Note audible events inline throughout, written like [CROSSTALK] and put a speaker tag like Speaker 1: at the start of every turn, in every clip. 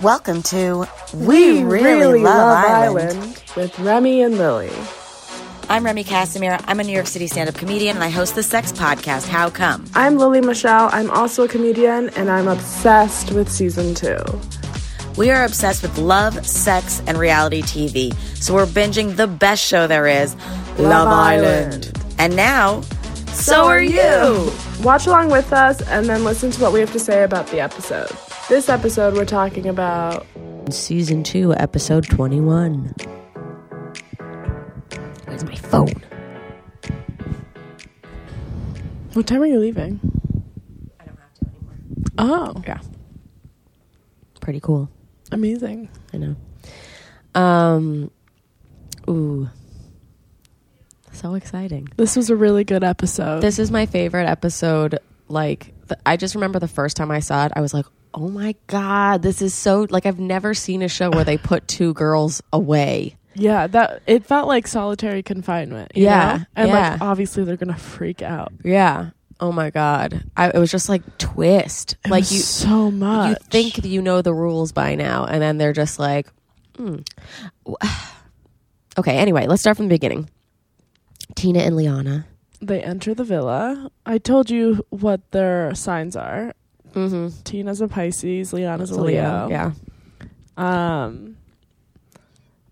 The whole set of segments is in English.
Speaker 1: Welcome to We, really, Love, Island.
Speaker 2: with Remy and Lily.
Speaker 1: I'm Remy Casimir. I'm a New York City stand up comedian and I host the sex podcast, How Come?
Speaker 2: I'm Lily Michelle. I'm also a comedian and I'm obsessed with season two.
Speaker 1: We are obsessed with love, sex, and reality TV. So we're binging the best show there is, Love, Island. And now, so are you.
Speaker 2: Watch along with us and then listen to what we have to say about the episode. This episode, we're talking about
Speaker 3: Season 2, Episode 21. Where's my phone?
Speaker 2: what time are you leaving? I don't have to anymore. Oh,
Speaker 3: Yeah. Pretty cool.
Speaker 2: amazing.
Speaker 3: I know. Um, ooh. So exciting.
Speaker 2: This was a really good episode.
Speaker 3: This is my favorite episode. Like, th- I just remember the first time I saw it, I was like, oh my God, this is so. Like, I've never seen a show where they [LAUGHS] put two girls away.
Speaker 2: yeah, that it felt like solitary confinement. you
Speaker 3: Yeah,
Speaker 2: know? and
Speaker 3: yeah.
Speaker 2: like obviously they're gonna freak out.
Speaker 3: Yeah. Oh my God. I, it was just like twist.
Speaker 2: It
Speaker 3: like,
Speaker 2: was
Speaker 3: you.
Speaker 2: so much.
Speaker 3: you think that you know the rules by now, and then they're just like, hmm. okay. Anyway, let's start from the beginning. Tina and Liana.
Speaker 2: They enter the villa. I told you what their signs are.
Speaker 3: Mm-hmm.
Speaker 2: Tina's a Pisces, Leanna's a Leo.
Speaker 3: Yeah.
Speaker 2: Um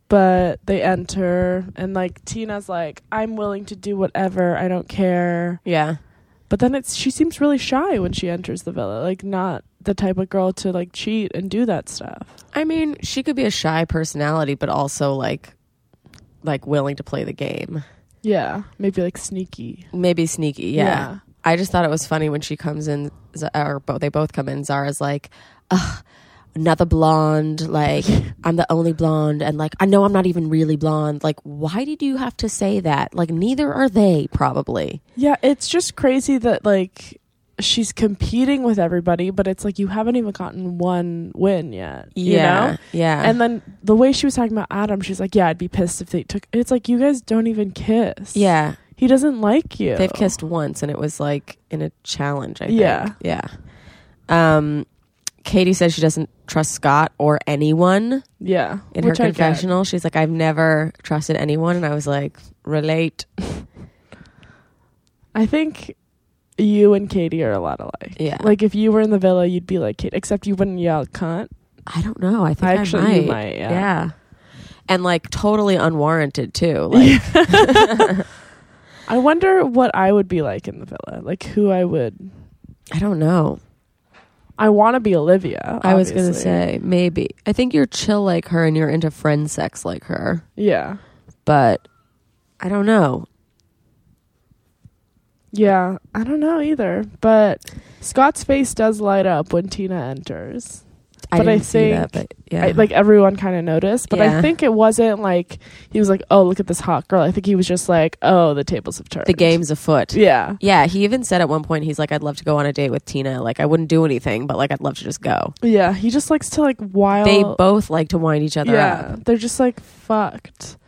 Speaker 2: but they enter and like Tina's like, I'm willing to do whatever, I don't care.
Speaker 3: Yeah.
Speaker 2: But then it's she seems really shy when she enters the villa. Like not the type of girl to like cheat and do that stuff.
Speaker 3: I mean, she could be a shy personality, but also like, like willing to play the game.
Speaker 2: Yeah. Maybe like sneaky.
Speaker 3: Maybe sneaky. Yeah. I just thought it was funny when she comes in, Z- or bo- they both come in. Zara's like, Ugh, another blonde. Like, I'm the only blonde. And like, I know I'm not even really blonde. Like, why did you have to say that? Like, neither are they, probably.
Speaker 2: Yeah, it's just crazy that like she's competing with everybody, but it's like you haven't even gotten one win yet. You know?
Speaker 3: Yeah.
Speaker 2: And then the way she was talking about Adam, she's like, "Yeah, I'd be pissed if they took." It's like you guys don't even kiss.
Speaker 3: yeah.
Speaker 2: he doesn't like you.
Speaker 3: They've kissed once and it was like in a challenge, I think.
Speaker 2: Yeah.
Speaker 3: Yeah. Um, Katie says she doesn't trust Scott or anyone
Speaker 2: Yeah,
Speaker 3: in
Speaker 2: which
Speaker 3: her
Speaker 2: I get.
Speaker 3: confessional. She's like, I've never trusted anyone. And I was like, relate.
Speaker 2: I think you and Katie are a lot alike.
Speaker 3: Yeah.
Speaker 2: Like if you were in the villa, you'd be like Katie, except you wouldn't yell cunt.
Speaker 3: I don't know. I think I
Speaker 2: Actually,
Speaker 3: might.
Speaker 2: you might. Yeah.
Speaker 3: And like totally
Speaker 2: [LAUGHS]
Speaker 3: unwarranted too. Like
Speaker 2: I wonder what I would be like in the villa. Like who I would.
Speaker 3: I don't know.
Speaker 2: I want to be Olivia.
Speaker 3: I was gonna
Speaker 2: obviously.
Speaker 3: say maybe. I think you're chill like her and you're into friend sex like her,
Speaker 2: Yeah.
Speaker 3: but I don't know.
Speaker 2: Yeah, I don't know either, but Scott's face does light up when Tina enters.
Speaker 3: I
Speaker 2: But I
Speaker 3: didn't see that,
Speaker 2: think
Speaker 3: but yeah.
Speaker 2: I, like everyone kind of noticed, but I
Speaker 3: Yeah.
Speaker 2: think it wasn't like he was like, "Oh, look at this hot girl." I think he was just like, "Oh, the tables have turned."
Speaker 3: the game's afoot.
Speaker 2: Yeah.
Speaker 3: Yeah, he even said at one point he's like, I'd love to go on a date with Tina. Like I wouldn't do anything, but like I'd love to just go.
Speaker 2: Yeah, he just likes to like wild
Speaker 3: they both like to wind each other
Speaker 2: Yeah.
Speaker 3: up.
Speaker 2: They're just like fucked.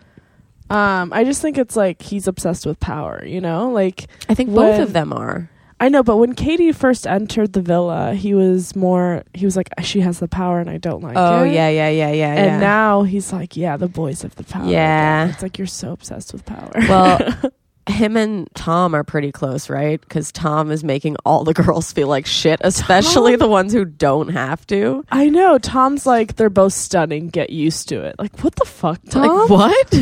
Speaker 2: Um, I just think it's like he's obsessed with power, you know? Like
Speaker 3: I think both
Speaker 2: When-
Speaker 3: of them are.
Speaker 2: I know, but when Katie first entered the villa, he was more he was like, "She has the power and I don't like
Speaker 3: Oh
Speaker 2: it."
Speaker 3: yeah, yeah, yeah, yeah.
Speaker 2: and
Speaker 3: yeah.
Speaker 2: now he's like, yeah, the boys have the power.
Speaker 3: Yeah.
Speaker 2: it's like you're so obsessed with power.
Speaker 3: Well, him and Tom are pretty close, right? Because Tom is making all the girls feel like shit, especially
Speaker 2: Tom?
Speaker 3: the ones who don't have to.
Speaker 2: [LAUGHS] I know. Tom's like, they're both stunning. Get used to it. Like, what the fuck, Tom? [LAUGHS]
Speaker 3: Like, what?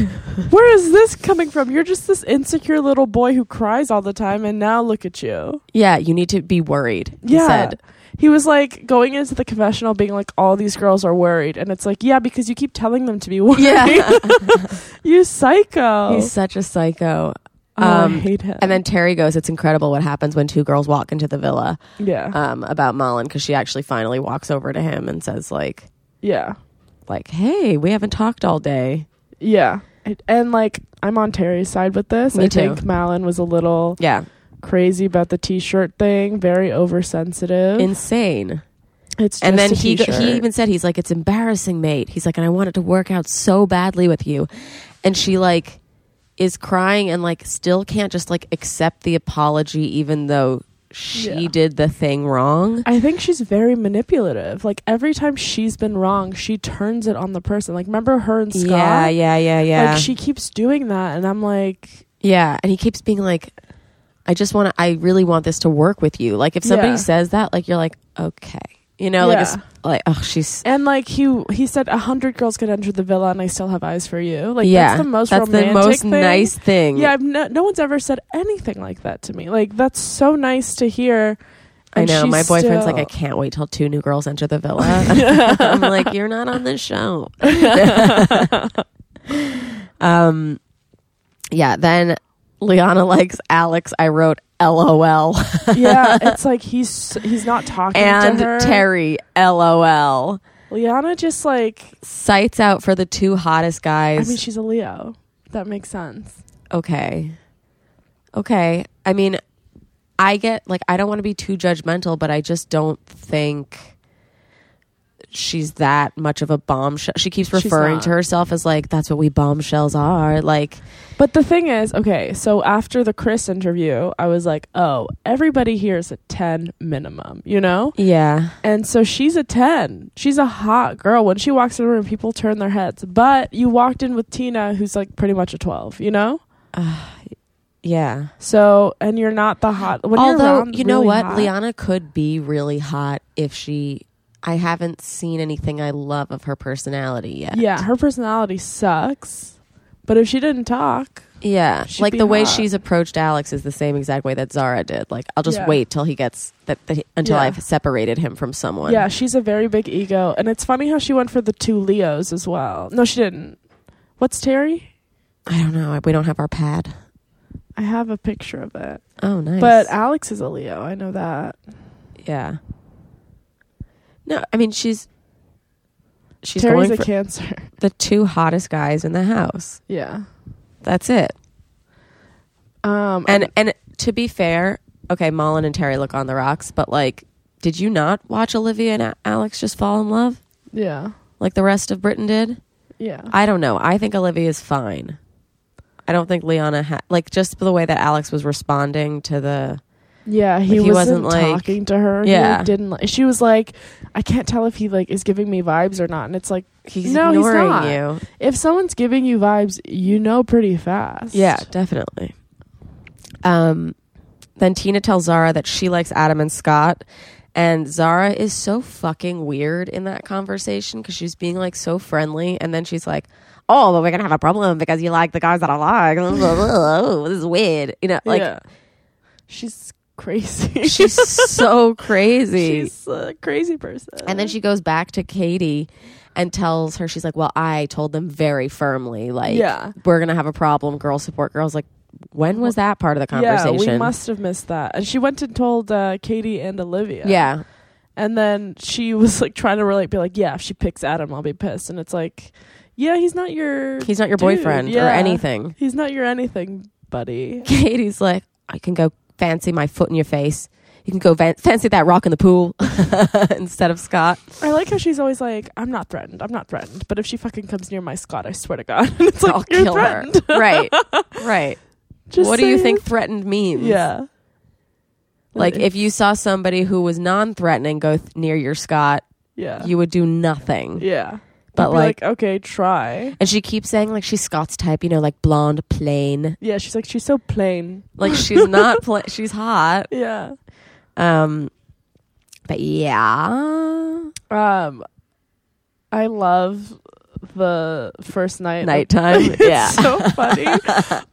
Speaker 2: Where is this coming from? You're just this insecure little boy who cries all the time, and now look at you.
Speaker 3: Yeah, you need to be worried. he
Speaker 2: Yeah. [LAUGHS]
Speaker 3: said.
Speaker 2: He was like going into the confessional, being like, all these girls are worried, and it's like, yeah, because you keep telling them to be [LAUGHS] worried.
Speaker 3: Yeah.
Speaker 2: you psycho.
Speaker 3: He's such a psycho.
Speaker 2: Oh, I
Speaker 3: um,
Speaker 2: hate him.
Speaker 3: And then Terry goes, It's incredible what happens when two girls walk into the villa
Speaker 2: yeah,
Speaker 3: um, about Mullen because she actually finally walks over to him and says, like,
Speaker 2: yeah,
Speaker 3: like, hey, we haven't talked all day.
Speaker 2: yeah. And- And like, I'm on Terry's side with this.
Speaker 3: Me
Speaker 2: I
Speaker 3: too.
Speaker 2: think Malin was a little
Speaker 3: Yeah.
Speaker 2: crazy about the t-shirt thing very oversensitive
Speaker 3: Insane.
Speaker 2: it's just
Speaker 3: and then
Speaker 2: a
Speaker 3: he
Speaker 2: t-shirt.
Speaker 3: he even said he's like it's embarrassing mate he's like and i wanted to work out so badly with you and she like is crying and like still can't just like accept the apology even though she
Speaker 2: Yeah.
Speaker 3: did the thing wrong.
Speaker 2: I think she's very manipulative. Like every time she's been wrong, she turns it on the person. Like remember her and Scott?
Speaker 3: Yeah, yeah, yeah, yeah.
Speaker 2: Like she keeps doing that and I'm like
Speaker 3: yeah, and he keeps being like, "I just want to. I really want this to work with you." Like if somebody
Speaker 2: Yeah.
Speaker 3: says that, like you're like, okay, you know, like it's
Speaker 2: Yeah.
Speaker 3: like, oh, she's
Speaker 2: and like he he said a hundred girls could enter the villa and I still have eyes for you. Like
Speaker 3: yeah,
Speaker 2: that's the most
Speaker 3: that's
Speaker 2: romantic
Speaker 3: the most
Speaker 2: thing.
Speaker 3: nice thing.
Speaker 2: Yeah, I've no, no one's ever said anything like that to me. Like that's so nice to hear.
Speaker 3: I
Speaker 2: And
Speaker 3: know.
Speaker 2: she's
Speaker 3: My boyfriend's like, I
Speaker 2: still-
Speaker 3: can't wait till two new girls enter the villa. [LAUGHS] I'm like, you're not on this show. [LAUGHS] um, yeah. Then Liana likes Alex. I wrote LOL
Speaker 2: [LAUGHS] yeah, it's like he's he's not talking
Speaker 3: and
Speaker 2: to her.
Speaker 3: Terry LOL.
Speaker 2: Liana just like
Speaker 3: Sights out for the two hottest
Speaker 2: I
Speaker 3: guys.
Speaker 2: mean she's a Leo. That makes sense.
Speaker 3: okay. Okay. I mean, I get like I don't want to be too judgmental, but I just don't think she's that much of a bombshell. She keeps
Speaker 2: She's
Speaker 3: referring
Speaker 2: not.
Speaker 3: to herself as like that's what we bombshells are. Like
Speaker 2: But the thing is, okay, so after the Chris interview, I was like, oh, everybody here is a 10 minimum, you know?
Speaker 3: yeah.
Speaker 2: And so she's a 10. She's a hot girl. When she walks in the room, people turn their heads. But you walked in with Tina, who's like pretty much a 12, you know?
Speaker 3: Yeah.
Speaker 2: So, and you're not the hot. When you're
Speaker 3: Although
Speaker 2: around
Speaker 3: you know
Speaker 2: really
Speaker 3: what,
Speaker 2: hot-
Speaker 3: Liana could be really hot if she I haven't seen anything I love of her personality yet.
Speaker 2: Yeah, her personality sucks. But if she didn't talk,
Speaker 3: Yeah,
Speaker 2: She'd
Speaker 3: like
Speaker 2: be
Speaker 3: the way
Speaker 2: hot.
Speaker 3: she's approached Alex is the same exact way that Zara did. Like I'll just
Speaker 2: Yeah.
Speaker 3: wait till he gets that, that he, until
Speaker 2: Yeah.
Speaker 3: I've separated him from someone.
Speaker 2: yeah, she's a very big ego. And it's funny how she went for the two Leos as well. No, she didn't. What's Terry?
Speaker 3: I don't know. We don't have our pad.
Speaker 2: I have a picture of it.
Speaker 3: Oh, nice.
Speaker 2: But uh, Alex is a Leo. I know that.
Speaker 3: yeah, no, I mean she's she's
Speaker 2: Terry's a
Speaker 3: going for
Speaker 2: Cancer. [LAUGHS]
Speaker 3: the two hottest guys in the house.
Speaker 2: yeah.
Speaker 3: That's it.
Speaker 2: Um,
Speaker 3: And and to be fair, okay, Mullen and Terry look on the rocks, but like, did you not watch Olivia and A- Alex just fall in love
Speaker 2: yeah.
Speaker 3: like the rest of Britain did?
Speaker 2: Yeah.
Speaker 3: I don't know. I think Olivia's fine. I don't think Liana ha- like just the way that Alex was responding to the
Speaker 2: yeah. He,
Speaker 3: he
Speaker 2: wasn't,
Speaker 3: wasn't, like-
Speaker 2: talking to her. He,
Speaker 3: Yeah.
Speaker 2: like, didn't like, she was like, I can't tell if he like is giving me vibes or not. And it's like,
Speaker 3: he's
Speaker 2: No, he's
Speaker 3: ignoring
Speaker 2: not.
Speaker 3: you.
Speaker 2: if someone's giving you vibes, you know pretty fast.
Speaker 3: Yeah, definitely. Um then Tina tells Zara that she likes Adam and Scott and Zara is so fucking weird in that conversation cuz she's being like so friendly and then she's like Oh, but we're gonna have a problem because you like the guys that I like. [LAUGHS] Oh, this is weird. You know, like
Speaker 2: Yeah. she's crazy.
Speaker 3: [LAUGHS] she's so
Speaker 2: [LAUGHS]
Speaker 3: crazy.
Speaker 2: she's a crazy person.
Speaker 3: And then she goes back to Katie and tells her, she's like, Well, I told them very firmly, like,
Speaker 2: Yeah.
Speaker 3: we're going to have a problem. Girls support girls. Like, when was that part of the conversation?
Speaker 2: Yeah, we must have missed that. And she went and told uh, Katie and Olivia.
Speaker 3: Yeah.
Speaker 2: And then she was like trying to relate, be like, yeah, if she picks Adam, I'll be pissed. And it's like, yeah, he's not your,
Speaker 3: He's not your
Speaker 2: Dude,
Speaker 3: boyfriend or
Speaker 2: yeah.
Speaker 3: anything. [LAUGHS]
Speaker 2: he's not your anything, buddy.
Speaker 3: Katie's like, I can go fancy my foot in your face. You can go van- fancy that rock in the pool [LAUGHS] instead of Scott.
Speaker 2: I like how she's always like, I'm not threatened, I'm not threatened. But if she fucking comes near my Scott, I swear to God, [LAUGHS] it's like
Speaker 3: I'll
Speaker 2: you're
Speaker 3: kill
Speaker 2: threatened.
Speaker 3: her. [LAUGHS] Right. Right.
Speaker 2: [LAUGHS] Just
Speaker 3: what do you
Speaker 2: saying.
Speaker 3: think threatened means?
Speaker 2: Yeah.
Speaker 3: Like, if you saw somebody who was non threatening go th- near your Scott,
Speaker 2: yeah,
Speaker 3: you would do nothing.
Speaker 2: yeah,
Speaker 3: But,
Speaker 2: You'd be
Speaker 3: like,
Speaker 2: okay, try.
Speaker 3: And she keeps saying like she's Scott's type, you know, like blonde, plain.
Speaker 2: Yeah, she's like, she's so plain.
Speaker 3: Like she's
Speaker 2: [LAUGHS]
Speaker 3: not pla she's hot.
Speaker 2: Yeah.
Speaker 3: Um but yeah.
Speaker 2: Um, I love the first night. of- [LAUGHS]
Speaker 3: Nighttime.
Speaker 2: It's
Speaker 3: [LAUGHS] yeah.
Speaker 2: so funny.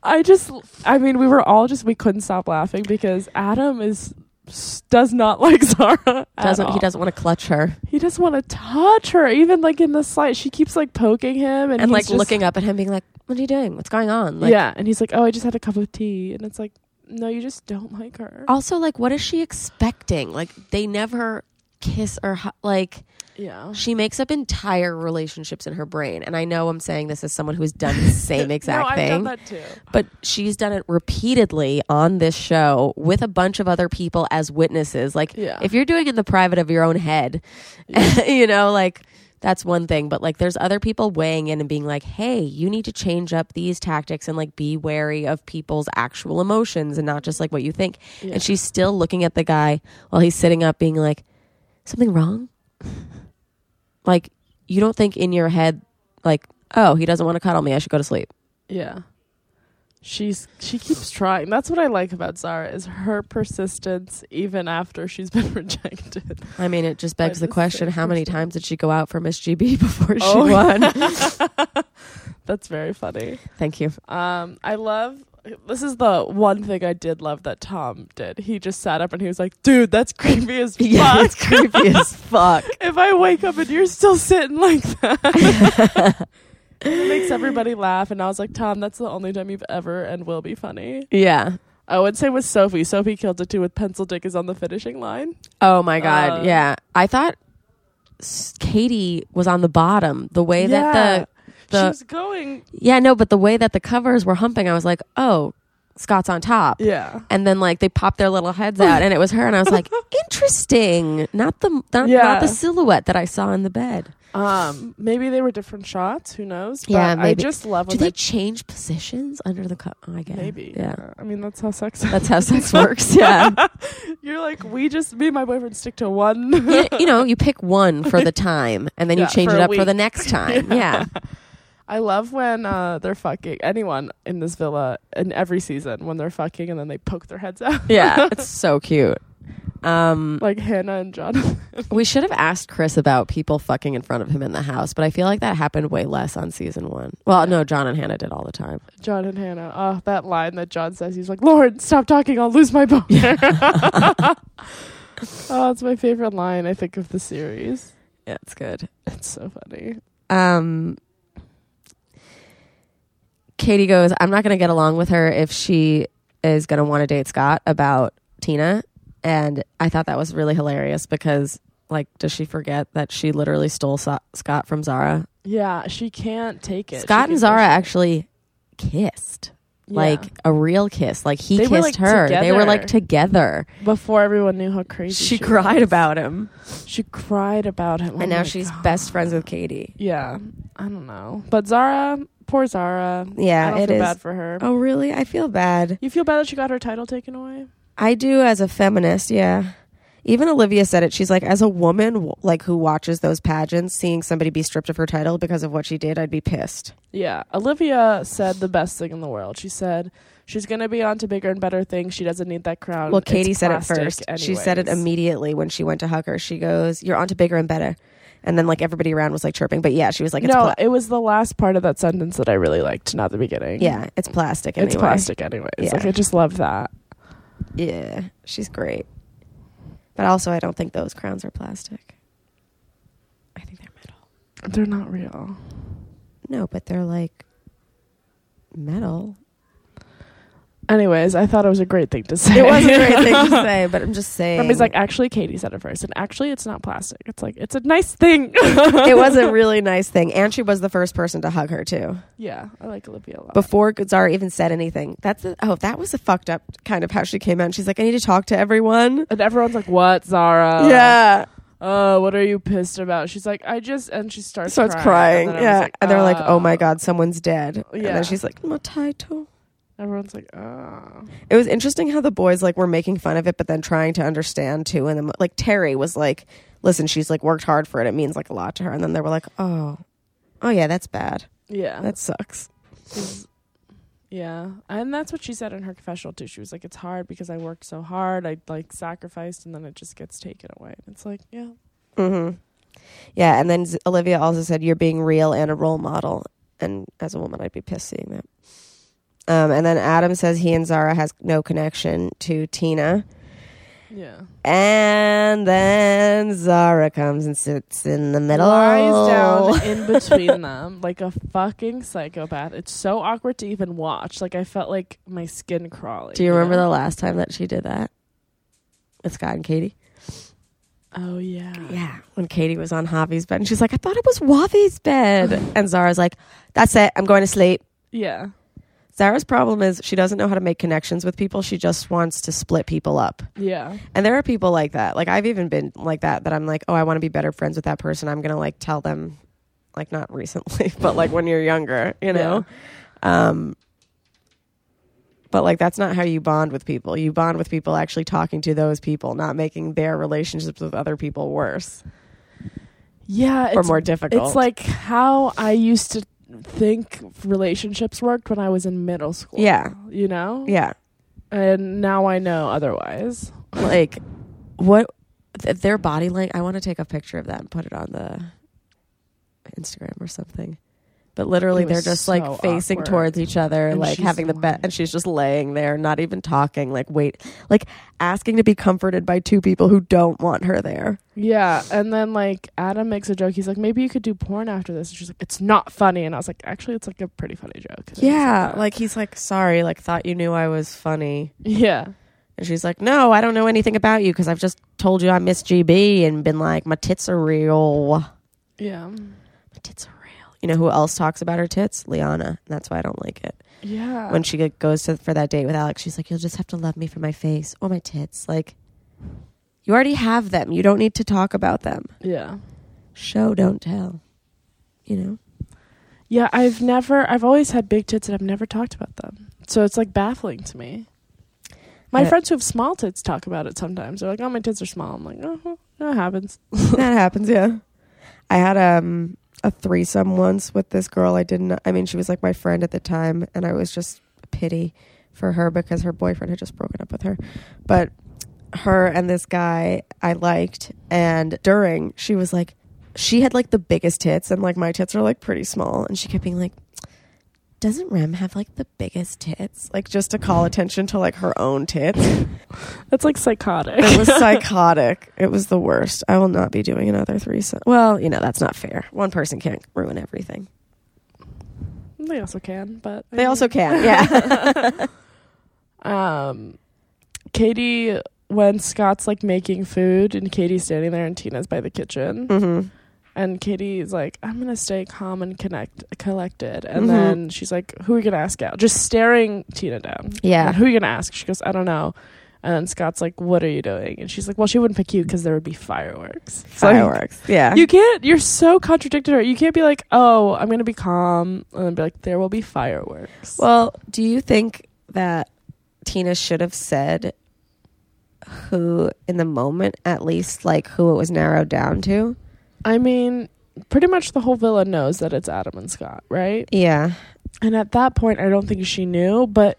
Speaker 2: I just, I mean, we were all just, we couldn't stop laughing because Adam is s- does not [LAUGHS] like Zara. at
Speaker 3: Doesn't he
Speaker 2: all.
Speaker 3: doesn't want to clutch her.
Speaker 2: He doesn't want to touch her, even like in the slide. She keeps like poking him and,
Speaker 3: And,
Speaker 2: he's
Speaker 3: like
Speaker 2: just-
Speaker 3: looking up at him being like, What are you doing? What's going on? Like
Speaker 2: yeah, and he's like, "Oh, I just had a cup of tea," and it's like, "No, you just don't like her."
Speaker 3: also like what is she expecting? Like they never kiss or hu- like
Speaker 2: yeah,
Speaker 3: she makes up entire relationships in her brain and i know i'm saying this as someone who's done the same
Speaker 2: [LAUGHS]
Speaker 3: exact
Speaker 2: no,
Speaker 3: thing
Speaker 2: I've done that too.
Speaker 3: But she's done it repeatedly on this show with a bunch of other people as witnesses. Like,
Speaker 2: Yeah.
Speaker 3: if you're doing it in the private of your own head, [LAUGHS] you know, like that's one thing, but like there's other people weighing in and being like, "Hey, you need to change up these tactics and like be wary of people's actual emotions and not just like what you think." And she's still looking at the guy while he's sitting up being like, "Something wrong?" [LAUGHS] like you don't think in your head like, "Oh, he doesn't want to cuddle me. I should go to sleep."
Speaker 2: Yeah. She's she keeps trying. That's what I like about Zara is her persistence even after she's been [LAUGHS] rejected.
Speaker 3: I mean, it just
Speaker 2: By
Speaker 3: begs the
Speaker 2: the
Speaker 3: question:
Speaker 2: same
Speaker 3: How many
Speaker 2: person.
Speaker 3: times did she go out for Miss GB [LAUGHS] before she
Speaker 2: Oh.
Speaker 3: won?
Speaker 2: [LAUGHS] That's very funny.
Speaker 3: Thank you.
Speaker 2: Um I love this is the one thing I did love that Tom did. He just sat up and he was like, "Dude, that's creepy as fuck."
Speaker 3: [LAUGHS] Yeah, it's creepy
Speaker 2: [LAUGHS]
Speaker 3: as fuck.
Speaker 2: if I wake up and you're still sitting like that.
Speaker 3: [LAUGHS]
Speaker 2: it makes everybody laugh and I was like, "Tom, that's the only time you've ever and will be funny."
Speaker 3: Yeah.
Speaker 2: I would say with Sophie. Sophie killed it too with pencil dick is on the finishing line.
Speaker 3: Oh my god.
Speaker 2: Uh,
Speaker 3: yeah. I thought s- Katie was on the bottom. The way that the the
Speaker 2: she was going
Speaker 3: yeah no, but the way that the covers were humping, I was like, oh, Scott's on top.
Speaker 2: yeah
Speaker 3: And then like they popped their little heads out, and it was her, and I
Speaker 2: [LAUGHS]
Speaker 3: was like, interesting. Not the not,
Speaker 2: Yeah.
Speaker 3: not the silhouette that I saw in the bed.
Speaker 2: um maybe they were different shots who knows but
Speaker 3: Yeah, maybe.
Speaker 2: i just love
Speaker 3: Do
Speaker 2: when
Speaker 3: they change positions under the cover? I guess
Speaker 2: maybe
Speaker 3: Yeah.
Speaker 2: i mean that's how sex [LAUGHS]
Speaker 3: That's how sex works. Yeah.
Speaker 2: you're like we just me and my boyfriend stick to one
Speaker 3: you, you know, you pick one for the time and then
Speaker 2: Yeah,
Speaker 3: you change
Speaker 2: for
Speaker 3: it
Speaker 2: a
Speaker 3: up for
Speaker 2: week. [LAUGHS]
Speaker 3: the next time. yeah.
Speaker 2: i love when uh they're fucking anyone in this villa in every season when they're fucking and then they poke their heads out
Speaker 3: Yeah. It's so cute. Um,
Speaker 2: [LAUGHS] like hannah and jonathan
Speaker 3: we should have asked Chris about people fucking in front of him in the house, but I feel like that happened way less on season one. Well, no, John and Hannah did all the time.
Speaker 2: [LAUGHS] john and hannah oh that line that john says he's like lauren stop talking i'll lose my boner [LAUGHS]
Speaker 3: [LAUGHS]
Speaker 2: oh it's my favorite line i think of the series
Speaker 3: Yeah, it's good.
Speaker 2: It's so funny.
Speaker 3: Um, Katie goes, I'm not going to get along with her if she is going to want to date Scott about Tina. And I thought that was really hilarious because, like, does she forget that she literally stole so- Scott from Zara?
Speaker 2: Yeah, she can't take it.
Speaker 3: Scott
Speaker 2: She
Speaker 3: and
Speaker 2: can
Speaker 3: Zara
Speaker 2: push it.
Speaker 3: actually kissed.
Speaker 2: Yeah.
Speaker 3: Like a real kiss. Like he
Speaker 2: They
Speaker 3: kissed
Speaker 2: were, like,
Speaker 3: her. They were like
Speaker 2: together.
Speaker 3: together.
Speaker 2: before everyone knew how crazy
Speaker 3: She,
Speaker 2: was.
Speaker 3: cried about him.
Speaker 2: She cried about him, Oh
Speaker 3: and now
Speaker 2: my
Speaker 3: she's
Speaker 2: God.
Speaker 3: best friends with Katie.
Speaker 2: Yeah, Um, I don't know, but Zara, poor Zara.
Speaker 3: Yeah,
Speaker 2: I don't
Speaker 3: it
Speaker 2: feel
Speaker 3: is.
Speaker 2: bad for her.
Speaker 3: Oh really? I feel bad.
Speaker 2: You feel bad that she got her title taken away?
Speaker 3: I do as a feminist, yeah. Even Olivia said it. She's like, as a woman, w- like who watches those pageants, seeing somebody be stripped of her title because of what she did, I'd be pissed.
Speaker 2: Yeah, Olivia said the best thing in the world. She said she's gonna be on to bigger and better things. She doesn't need that crown.
Speaker 3: well, Katie
Speaker 2: Um, It's
Speaker 3: said it
Speaker 2: plastic
Speaker 3: first. She said it
Speaker 2: anyways.
Speaker 3: immediately when she went to hug her. She goes, "You're onto bigger and better," and then like everybody around was like chirping. But yeah, she was like, "It's
Speaker 2: no,
Speaker 3: pla-
Speaker 2: it was the last part of that sentence that I really liked, not the beginning.
Speaker 3: yeah, it's plastic. Anyway.
Speaker 2: It's plastic, anyways.
Speaker 3: Yeah.
Speaker 2: Like I just love that.
Speaker 3: Yeah, she's great. But also, I don't think those crowns are plastic. I think they're metal.
Speaker 2: They're not real.
Speaker 3: No, but they're like metal.
Speaker 2: Anyways, I thought it was a great thing to say.
Speaker 3: It was a great thing
Speaker 2: [LAUGHS]
Speaker 3: to say, but I'm just saying.
Speaker 2: Remy's like, [LAUGHS] actually, Katie said it first, and actually, it's not plastic. It's like it's a nice thing. [LAUGHS]
Speaker 3: it was a really nice thing. And she was the first person to hug her too.
Speaker 2: yeah, I like Olivia a lot.
Speaker 3: Before Zara even said anything. That's a, oh, that was a fucked up kind of how she came out. And she's like, I need to talk to everyone.
Speaker 2: and everyone's like, "What, Zara?
Speaker 3: yeah.
Speaker 2: Oh, what are you pissed about?" She's like, "I just," and she starts
Speaker 3: Starts
Speaker 2: crying.
Speaker 3: crying.
Speaker 2: And then I
Speaker 3: yeah.
Speaker 2: was
Speaker 3: and they're like, Oh my
Speaker 2: "Oh."
Speaker 3: god, someone's dead. And
Speaker 2: Yeah.
Speaker 3: then she's like, My title.
Speaker 2: Everyone's like, "Oh,
Speaker 3: It was interesting how the boys like were making fun of it, but then trying to understand too. And then like Terry was like, Listen, she's like worked hard for it. It means like a lot to her. And then they were like, Oh, oh yeah, that's bad.
Speaker 2: yeah,
Speaker 3: That sucks.
Speaker 2: is- yeah and that's what she said in her confessional too she was like it's hard because i worked so hard i like sacrificed and then it just gets taken away and it's like yeah
Speaker 3: hmm Yeah, and then Z- Olivia also said, "You're being real and a role model." And as a woman, I'd be pissed seeing that. Um, and then Adam says he and Zara has no connection to Tina.
Speaker 2: yeah
Speaker 3: And then Zara comes and sits in the middle.
Speaker 2: lies down in between them like a fucking psychopath it's so awkward to even watch like i felt like my skin crawling
Speaker 3: [LAUGHS] Do you remember
Speaker 2: know?
Speaker 3: the last time that she did that with Scott and Katie?
Speaker 2: oh yeah
Speaker 3: Yeah, when Katie was on Javi's bed, and she's like, "I thought it was Wavi's bed," and Zara's like, "That's it. I'm going to sleep."
Speaker 2: yeah
Speaker 3: Sarah's problem is she doesn't know how to make connections with people. She just wants to split people up.
Speaker 2: Yeah.
Speaker 3: And there are people like that. Like I've even been like that that I'm like, "Oh, I want to be better friends with that person. I'm going to like tell them like not recently, [LAUGHS] but like when you're younger, you know." Um but like that's not how you bond with people. You bond with people actually talking to those people, not making their relationships with other people worse
Speaker 2: Yeah.
Speaker 3: or
Speaker 2: It's,
Speaker 3: more difficult.
Speaker 2: it's like how I used to think relationships worked when I was in middle school.
Speaker 3: Yeah.
Speaker 2: You know?
Speaker 3: yeah.
Speaker 2: And now I know otherwise.
Speaker 3: like what th- their body language i want to take a picture of that and put it on the instagram or something but literally
Speaker 2: It
Speaker 3: they're
Speaker 2: was
Speaker 3: just
Speaker 2: so
Speaker 3: like facing
Speaker 2: awkward.
Speaker 3: towards each other
Speaker 2: And
Speaker 3: like
Speaker 2: she's
Speaker 3: having the bed
Speaker 2: lying.
Speaker 3: and she's just laying there not even talking like wait like asking to be comforted by two people who don't want her there
Speaker 2: Yeah, and then like Adam makes a joke. He's like, maybe you could do porn after this. And she's like, it's not funny. And I was like, actually, it's like "Ah." a pretty funny joke. And
Speaker 3: yeah
Speaker 2: he's
Speaker 3: like he's like sorry like thought you knew i was funny
Speaker 2: yeah,
Speaker 3: and she's like no i don't know anything about you because i've just told you i miss gb and been like my tits are real
Speaker 2: yeah,
Speaker 3: tits are real. You know who else talks about her tits? Liana. And That's why I don't like it.
Speaker 2: yeah.
Speaker 3: When she get- goes to for that date with Alex, she's like, "You'll just have to love me for my face or my tits." Like, you already have them. You don't need to talk about them.
Speaker 2: yeah,
Speaker 3: Show, don't tell. You know.
Speaker 2: yeah. I've never, I've always had big tits, and I've never talked about them. So it's like baffling to me. My
Speaker 3: Uh,
Speaker 2: friends who have small tits talk about it sometimes. They're like, oh, my tits are small. I'm like, oh, well, that happens.
Speaker 3: [LAUGHS] that happens. Yeah. I had um a threesome once with this girl. I didn't. I mean, she was like my friend at the time, and I was just pity for her because her boyfriend had just broken up with her. But her and this guy I liked, and during she was like, she had like the biggest tits, and like my tits are like pretty small, and she kept being like. Doesn't Rem have like the biggest tits? Like just to call attention to like her own tits.
Speaker 2: That's like psychotic. [LAUGHS]
Speaker 3: It was psychotic. It was the worst. I will not be doing another threesome. Well, you know that's not fair. One person can't ruin everything.
Speaker 2: they also can, but I
Speaker 3: They
Speaker 2: mean- [LAUGHS]
Speaker 3: also can. Yeah. [LAUGHS]
Speaker 2: um Katie when Scott's like making food and Katie's standing there and Tina's by the kitchen
Speaker 3: mm-hmm.
Speaker 2: and Katie's like I'm going to stay calm and connect collected and
Speaker 3: Mhm.
Speaker 2: then she's like who are you going to ask out just staring Tina down
Speaker 3: Yeah.
Speaker 2: And who are you going to ask she goes I don't know and then Scott's like what are you doing and she's like well she wouldn't pick you cuz there would be fireworks It's like,
Speaker 3: Fireworks. Yeah.
Speaker 2: you can't you're so contradictory you can't be like oh I'm going to be calm and then be like there will be fireworks
Speaker 3: well, do you think that Tina should have said who in the moment at least like who it was narrowed down to?
Speaker 2: I mean, pretty much the whole villa knows that it's Adam and Scott, right?
Speaker 3: Yeah.
Speaker 2: And at that point, I don't think she knew, but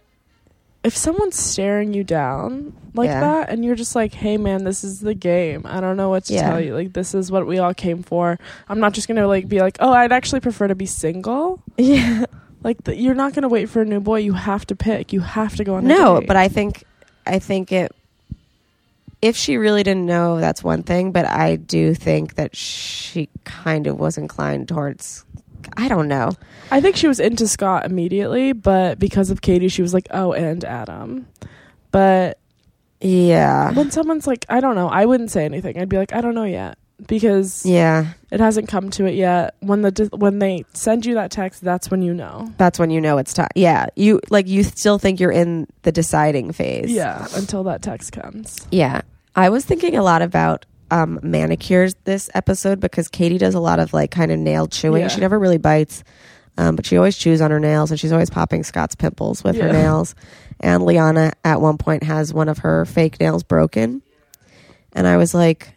Speaker 2: if someone's staring you down like
Speaker 3: Yeah.
Speaker 2: that and you're just like, hey, man, this is the game. I don't know what to
Speaker 3: Yeah.
Speaker 2: tell you. Like, this is what we all came for. I'm not just going to like be like, oh, I'd actually prefer to be single.
Speaker 3: [LAUGHS] Yeah.
Speaker 2: Like, th- you're not going to wait for a new boy. You have to pick. You have to go on a
Speaker 3: No,
Speaker 2: date.
Speaker 3: but I think I think it if she really didn't know that's one thing, but I do think that she kind of was inclined towards I don't know.
Speaker 2: I think she was into Scott immediately, but because of Katie, she was like, oh, and Adam. But
Speaker 3: Yeah.
Speaker 2: when someone's like, I don't know, I wouldn't say anything. I'd be like, I don't know yet because
Speaker 3: Yeah.
Speaker 2: it hasn't come to it yet. When the di- when they send you that text, that's when you know.
Speaker 3: That's when you know it's time. Yeah. You like you still think you're in the deciding phase.
Speaker 2: Yeah, until that text comes.
Speaker 3: Yeah. I was thinking a lot about um, manicures this episode because Katie does a lot of like kind of nail chewing.
Speaker 2: Yeah.
Speaker 3: She never really bites, um, but she always chews on her nails and she's always popping Scott's pimples with her
Speaker 2: Yeah.
Speaker 3: nails. And Liana at one point has one of her fake nails broken. And I was like,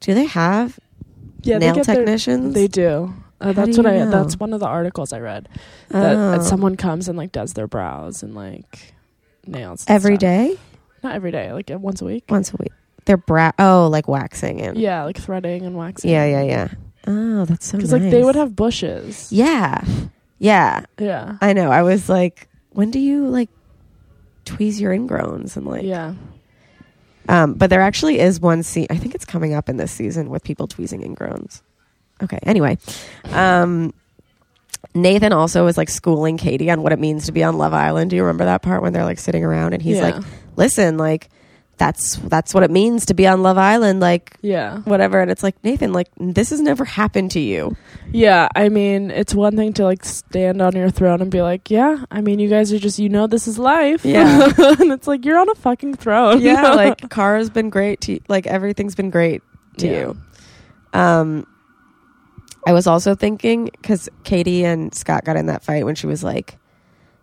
Speaker 3: do they have
Speaker 2: Yeah,
Speaker 3: nail
Speaker 2: they get their-
Speaker 3: technicians?
Speaker 2: they do. Uh,
Speaker 3: How
Speaker 2: that's
Speaker 3: do
Speaker 2: what
Speaker 3: you
Speaker 2: I.
Speaker 3: know?
Speaker 2: That's one of the articles I read that uh,
Speaker 3: Oh.
Speaker 2: someone comes and like does their brows and like nails and
Speaker 3: every
Speaker 2: stuff.
Speaker 3: day,
Speaker 2: Not every day, like uh, once a week.
Speaker 3: once a week. They're bra. Oh, like waxing and
Speaker 2: Yeah, like threading and waxing.
Speaker 3: yeah, yeah, yeah. Oh, that's so.
Speaker 2: Because
Speaker 3: Nice.
Speaker 2: like they would have bushes.
Speaker 3: Yeah, yeah.
Speaker 2: Yeah.
Speaker 3: I know. I was like, when do you like tweeze your ingrowns and like
Speaker 2: yeah.
Speaker 3: um but there actually is one scene I think it's coming up in this season with people tweezing ingrowns. Okay, anyway. Um Nathan also is like schooling Katie on what it means to be on Love Island. Do you remember that part when they're like sitting around and he's
Speaker 2: Yeah.
Speaker 3: like, "Listen, like that's that's what it means to be on Love Island, like
Speaker 2: Yeah.
Speaker 3: whatever. And it's like Nathan, like this has never happened to you.
Speaker 2: Yeah, I mean, it's one thing to like stand on your throne and be like, "Yeah, I mean, you guys are just you know this is life."
Speaker 3: Yeah.
Speaker 2: [LAUGHS] and it's like you're on a fucking throne. [LAUGHS]
Speaker 3: [LAUGHS] Yeah, like Cara's been great to like everything's been great to
Speaker 2: Yeah.
Speaker 3: you. Um, I was also thinking because Katie and Scott got in that fight when she was like,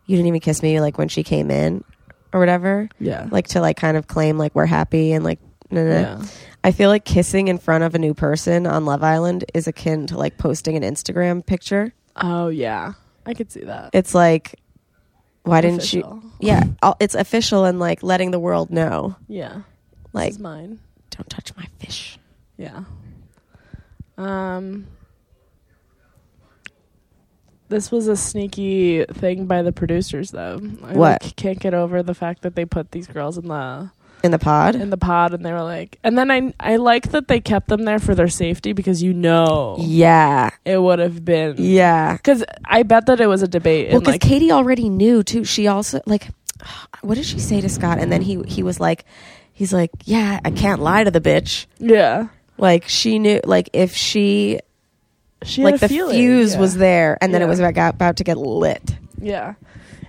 Speaker 3: "You didn't even kiss me," like when she came in or whatever,
Speaker 2: yeah.
Speaker 3: like uh, to like kind of claim like we're happy and like no no.
Speaker 2: yeah.
Speaker 3: I feel like kissing in front of a new person on Love Island is akin to like posting an Instagram picture.
Speaker 2: Oh yeah. I could see that.
Speaker 3: It's like, why didn't you?
Speaker 2: Official.
Speaker 3: Yeah, I'll- it's official and like letting the world know.
Speaker 2: Yeah.
Speaker 3: Like,
Speaker 2: this is mine.
Speaker 3: don't touch my fish.
Speaker 2: Yeah. Um This was a sneaky thing by the producers though. I
Speaker 3: What?
Speaker 2: like, can't get over the fact that they put these girls in the
Speaker 3: in the
Speaker 2: [LAUGHS]
Speaker 3: pod.
Speaker 2: in the pod and they were like and then I I like that they kept them there for their safety because you know
Speaker 3: Yeah,
Speaker 2: it would have been
Speaker 3: yeah.
Speaker 2: cuz I bet that it was a debate
Speaker 3: Well,
Speaker 2: Mm. and
Speaker 3: because
Speaker 2: like
Speaker 3: Katie already knew too. She also like, [SIGHS] what did she say to Scott? And then he he was like, he's like, yeah, I can't lie to the bitch.
Speaker 2: yeah.
Speaker 3: Like she knew, like if she
Speaker 2: She
Speaker 3: like
Speaker 2: had a
Speaker 3: the
Speaker 2: feeling,
Speaker 3: fuse
Speaker 2: yeah.
Speaker 3: was there, and then it
Speaker 2: Yeah.
Speaker 3: was about, about to get lit.
Speaker 2: Yeah.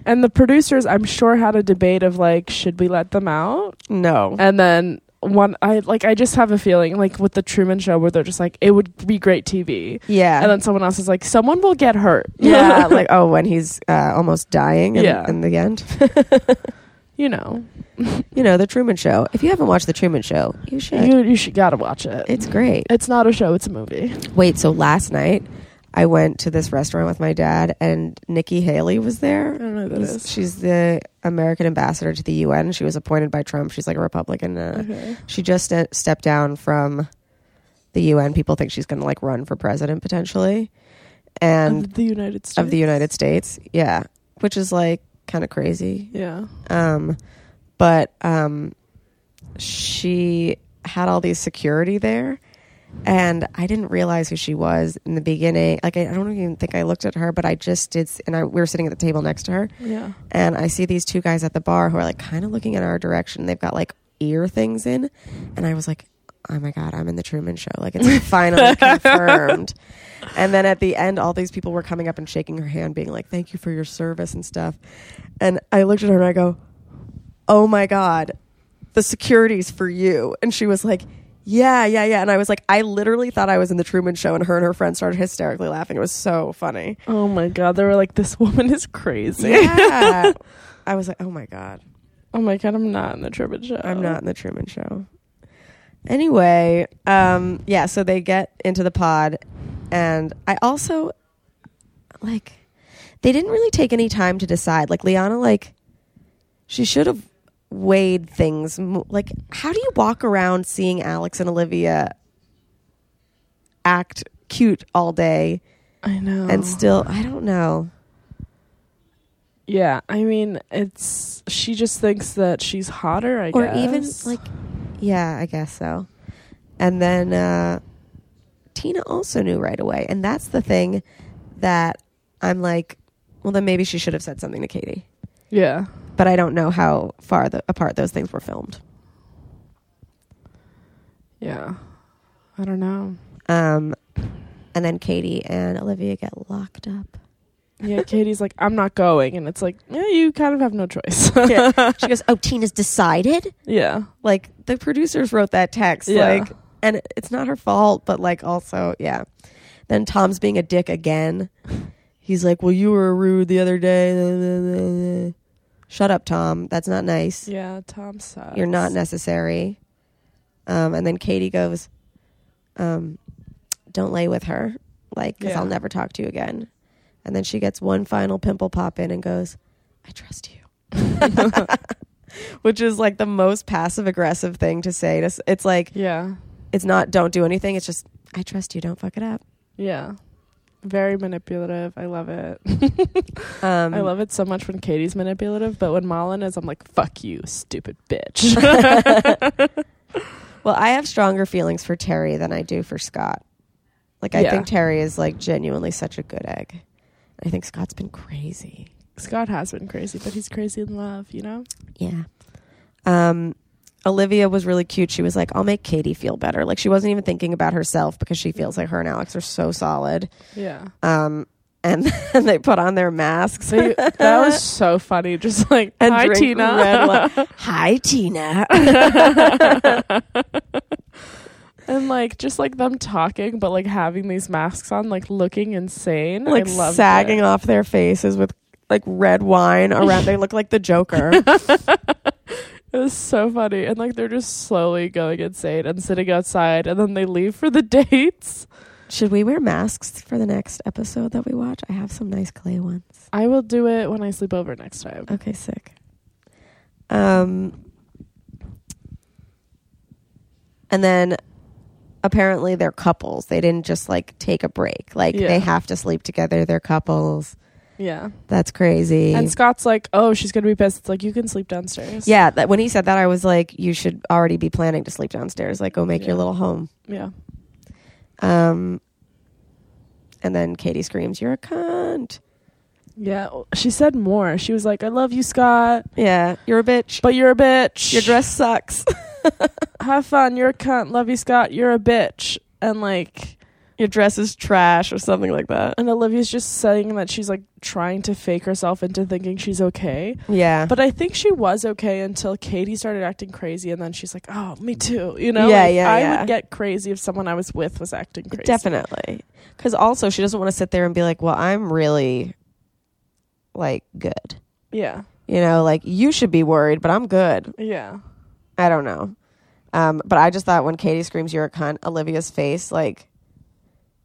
Speaker 2: And the producers, I'm sure, had a debate of like, should we let them out?
Speaker 3: No,
Speaker 2: And then one, I like, I just have a feeling like with the Truman Show where they're just like, it would be great TV.
Speaker 3: yeah,
Speaker 2: And then someone else is like, someone will get hurt. [LAUGHS]
Speaker 3: yeah. like oh, when he's uh, almost dying. In,
Speaker 2: Yeah.
Speaker 3: in the end,
Speaker 2: you know,
Speaker 3: you know the Truman Show. If you haven't watched the Truman Show, you should.
Speaker 2: you you should gotta watch it.
Speaker 3: it's great.
Speaker 2: It's not a show; it's a movie.
Speaker 3: Wait, so last night I went to this restaurant with my dad, and Nikki Haley was there.
Speaker 2: I don't know who that
Speaker 3: He's-
Speaker 2: is.
Speaker 3: She's the American ambassador to the UN. She was appointed by Trump. She's like a Republican. Uh,
Speaker 2: Okay.
Speaker 3: She just ste- stepped down from the UN. People think she's going to like run for president potentially, and
Speaker 2: of the United States.
Speaker 3: of the United States. Yeah, which is like kind of crazy.
Speaker 2: Yeah.
Speaker 3: Um, but um, she had all these security there, and I didn't realize who she was in the beginning. Like I, I don't even think I looked at her, but I just did. s- And I, we were sitting at the table next to her,
Speaker 2: Yeah.
Speaker 3: and I see these two guys at the bar who are like kind of looking in our direction. They've got like ear things in, and I was like, "Oh my god, I'm in the Truman Show!" Like it's finally confirmed. And then at the end, all these people were coming up and shaking her hand, being like, "Thank you for your service and stuff." And I looked at her and I go, "Oh my god, the security's for you." And she was like. Yeah, yeah, yeah. And I was like, I literally thought I was in the Truman Show, and her and her friend started hysterically laughing. It was so funny.
Speaker 2: Oh my God! They were like, this woman is crazy.
Speaker 3: [LAUGHS] Yeah. I was like, oh my God.
Speaker 2: Oh my God! I'm not in the Truman Show.
Speaker 3: I'm not in the Truman Show. Anyway, um, yeah, so they get into the pod, and I also like they didn't really take any time to decide. Like Liana, like she should have weighed things. mo- Like, how do you walk around seeing Alex and Olivia act cute all day
Speaker 2: I know.
Speaker 3: and still? I don't know.
Speaker 2: Yeah, I mean, it's she just thinks that she's hotter, I
Speaker 3: or
Speaker 2: guess.
Speaker 3: even like yeah i guess so and then uh tina also knew right away and that's the thing that i'm like well then maybe she should have said something to katie
Speaker 2: yeah,
Speaker 3: but i don't know how far the, apart those things were filmed
Speaker 2: yeah. I don't know.
Speaker 3: um and then katie and olivia get locked up [LAUGHS]
Speaker 2: Yeah, Katie's like, I'm not going, and it's like, yeah, you kind of have no choice.
Speaker 3: she goes oh tina's decided
Speaker 2: [LAUGHS] yeah,
Speaker 3: like the producers wrote that text
Speaker 2: Yeah.
Speaker 3: like and it- it's not her fault but like also yeah then tom's being a dick again he's like well you were rude the other day [LAUGHS] shut up tom that's not nice
Speaker 2: yeah. Tom sucks.
Speaker 3: you're not necessary um, and then katie goes um, don't lay with her like because
Speaker 2: Yeah.
Speaker 3: i'll never talk to you again and then she gets one final pimple pop in and goes i trust you
Speaker 2: [LAUGHS]
Speaker 3: which is like the most passive aggressive thing to say to s- it's like
Speaker 2: Yeah,
Speaker 3: it's not don't do anything it's just i trust you don't fuck it up
Speaker 2: yeah. Very manipulative. I love it.
Speaker 3: um,
Speaker 2: I love it so much when Katie's manipulative, but when Malin is, I'm like, fuck you, stupid bitch.
Speaker 3: [LAUGHS]
Speaker 2: [LAUGHS]
Speaker 3: well i have stronger feelings for terry than i do for scott like i
Speaker 2: Yeah.
Speaker 3: think terry is like genuinely such a good egg i think scott's been crazy
Speaker 2: Scott has been crazy, but he's crazy in love, you know.
Speaker 3: Yeah. Um, Olivia was really cute. She was like, I'll make Katie feel better. Like she wasn't even thinking about herself because she feels like her and Alex are so solid.
Speaker 2: Yeah.
Speaker 3: Um, and, [LAUGHS] and they put on their masks.
Speaker 2: [LAUGHS] They, that was so funny. Just like,
Speaker 3: and
Speaker 2: hi,
Speaker 3: drink
Speaker 2: Tina. [LAUGHS]
Speaker 3: red wine. Hi, Tina.
Speaker 2: [LAUGHS]
Speaker 3: [LAUGHS]
Speaker 2: and like, just like them talking, but like having these masks on, like looking insane.
Speaker 3: like
Speaker 2: I loved
Speaker 3: sagging
Speaker 2: it.
Speaker 3: off their faces with like red wine around. they look like
Speaker 2: [LAUGHS]
Speaker 3: the Joker.
Speaker 2: It was so funny. And like, they're just slowly going insane and sitting outside, and then they leave for the [LAUGHS] dates.
Speaker 3: Should we wear masks for the next episode that we watch? I have some nice clay ones.
Speaker 2: I will do it when I sleep over next time.
Speaker 3: Okay, sick. Um, and then apparently they're couples. They didn't just like take a break. Like
Speaker 2: Yeah.
Speaker 3: they have to sleep together. They're couples.
Speaker 2: Yeah.
Speaker 3: That's crazy.
Speaker 2: And Scott's like, oh, she's going to be pissed. It's like, you can sleep downstairs.
Speaker 3: yeah, that when he said that, I was like, you should already be planning to sleep downstairs. Like, go make your
Speaker 2: Yeah.
Speaker 3: little home.
Speaker 2: Yeah.
Speaker 3: Um, and then Katie screams, "You're a cunt!
Speaker 2: Yeah. She said more. She was like, I love you, Scott,
Speaker 3: Yeah, you're a bitch.
Speaker 2: but you're a bitch.
Speaker 3: Your dress sucks.
Speaker 2: [LAUGHS] Have fun. You're a cunt. Love you, Scott. You're a bitch. And like,
Speaker 3: your dress is trash, or something like that."
Speaker 2: and Olivia's just saying that she's like trying to fake herself into thinking she's okay.
Speaker 3: [LAUGHS] Yeah,
Speaker 2: But I think she was okay until Katie started acting crazy, and then she's like, "Oh, me too," you know.
Speaker 3: Yeah,
Speaker 2: Like,
Speaker 3: yeah,
Speaker 2: I
Speaker 3: yeah.
Speaker 2: would get crazy if someone I was with was acting crazy.
Speaker 3: Definitely. Because also, she doesn't want to sit there and be like, well, I'm really like good.
Speaker 2: Yeah,
Speaker 3: You know, like you should be worried, but I'm good.
Speaker 2: yeah,
Speaker 3: I don't know. Um, but I just thought when Katie screams, you're a cunt, Olivia's face, like,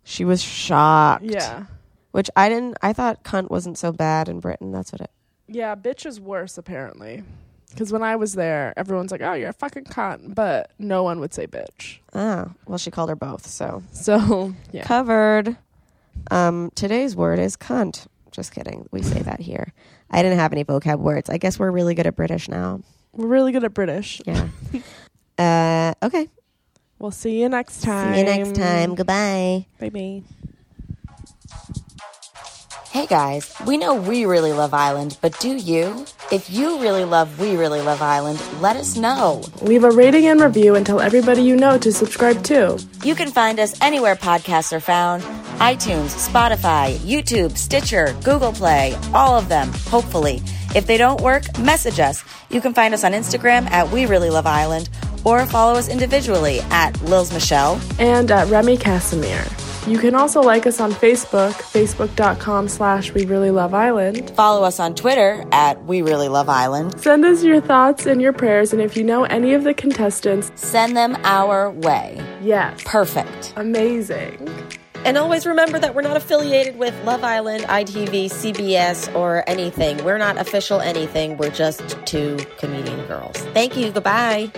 Speaker 3: she was shocked.
Speaker 2: yeah,
Speaker 3: Which I didn't, I thought cunt wasn't so bad in Britain. That's what it,
Speaker 2: yeah. Bitch is worse apparently, because when I was there, everyone's like, "Oh, you're a fucking cunt," but no one would say bitch.
Speaker 3: oh, well, she called her both. So
Speaker 2: So [LAUGHS] yeah,
Speaker 3: covered. Um, today's word is cunt. Just kidding. We say that here. I didn't have any vocab words. I guess we're really good at British now.
Speaker 2: we're really good at British.
Speaker 3: Yeah. uh, okay.
Speaker 2: We'll see you next time.
Speaker 3: See you next time. Goodbye.
Speaker 2: Bye bye.
Speaker 1: Hey guys, we know we really love Island, but do you? If you really love We Really Love Island, let us know.
Speaker 2: Leave a rating and review and tell everybody you know to subscribe too.
Speaker 1: You can find us anywhere podcasts are found iTunes, Spotify, YouTube, Stitcher, Google Play, all of them, hopefully. If they don't work, message us. You can find us on Instagram at We Really Love Island or follow us individually at Lils Michelle.
Speaker 2: and at Remy Casimir. You can also like us on Facebook, facebook.com slash We Really Love Island.
Speaker 1: Follow us on Twitter at We Really Love Island.
Speaker 2: Send us your thoughts and your prayers, and if you know any of the contestants,
Speaker 1: Send them our way.
Speaker 2: yes,
Speaker 1: Perfect.
Speaker 2: amazing.
Speaker 1: And always remember that we're not affiliated with Love Island, ITV, CBS, or anything. We're not official anything. We're just two comedian girls. Thank you. Goodbye.